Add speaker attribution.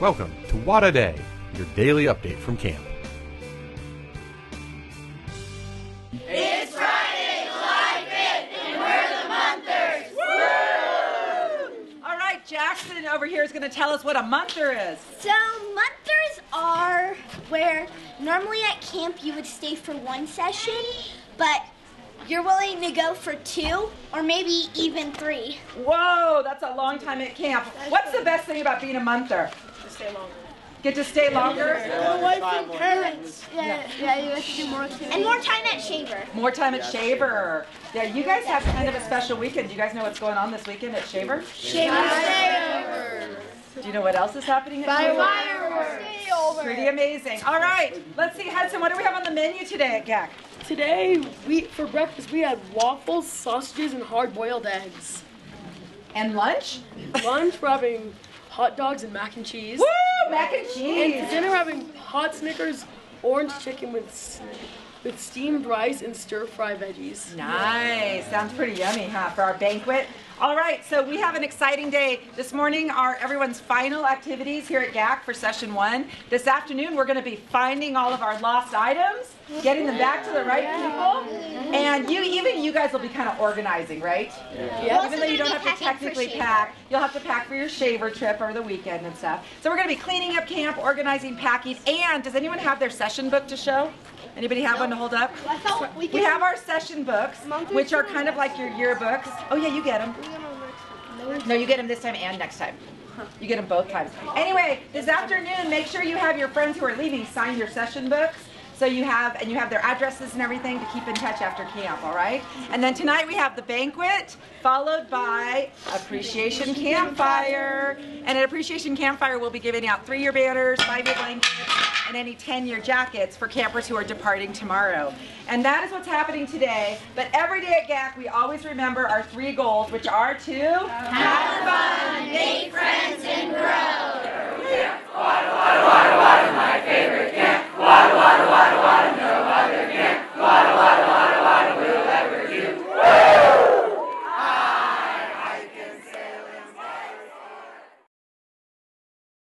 Speaker 1: Welcome to What a Day, your daily update from camp.
Speaker 2: All right, Jackson over here is going to tell us what a munther is.
Speaker 3: So monthers are where normally at camp you would stay for one session, but you're willing to go for two or maybe even three.
Speaker 2: Whoa, that's a long time at camp. What's the best thing about being a munther? Get to stay longer,
Speaker 3: Yeah, yeah, you have to do more. And more time at Shaver.
Speaker 2: more time at Shaver. Yeah, you guys have kind of a special weekend. Do you guys know what's going on this weekend at Shaver? Do you know what else is happening at Shaver? Pretty amazing. All right, let's see, Hudson, what do we have on the menu today at GAC?
Speaker 4: Today, we for breakfast we had waffles, sausages, and hard-boiled eggs.
Speaker 2: And lunch?
Speaker 4: Lunch we're having hot dogs and mac and cheese.
Speaker 2: Woo, mac and
Speaker 4: And
Speaker 2: cheese.
Speaker 4: for dinner we're having hot Snickers, orange chicken with s- with steamed rice and stir-fry veggies.
Speaker 2: Nice. Sounds pretty yummy, huh, for our banquet? All right, so we have an exciting day. This morning are everyone's final activities here at GAC for session one. This afternoon, we're going to be finding all of our lost items, getting them back to the right people. And you, even you guys will be kind of organizing, right?
Speaker 3: We're
Speaker 2: Even
Speaker 3: also
Speaker 2: though you
Speaker 3: gonna
Speaker 2: don't
Speaker 3: be
Speaker 2: have to
Speaker 3: packing for
Speaker 2: technically
Speaker 3: Shaver.
Speaker 2: pack, you'll have to pack for your shaver trip over the weekend and stuff. So we're going to be cleaning up camp, organizing, packing, and does anyone have their session book to show? Anybody have one to hold up?
Speaker 3: I thought we
Speaker 2: We have our session books, which are kind of like your yearbooks. Oh yeah, you get them. No, you get them this time and next time. You get them both times. Anyway, this afternoon, make sure you have your friends who are leaving sign your session books. So you have, and you have their addresses and everything to keep in touch after camp, all right? And then tonight we have the banquet, followed by Appreciation Campfire. And at Appreciation Campfire, we'll be giving out three-year banners, five-year blankets, and any 10-year jackets for campers who are departing tomorrow. And that is what's happening today. But every day at GAC, we always remember our three goals, which are to have fun, make friends, and grow.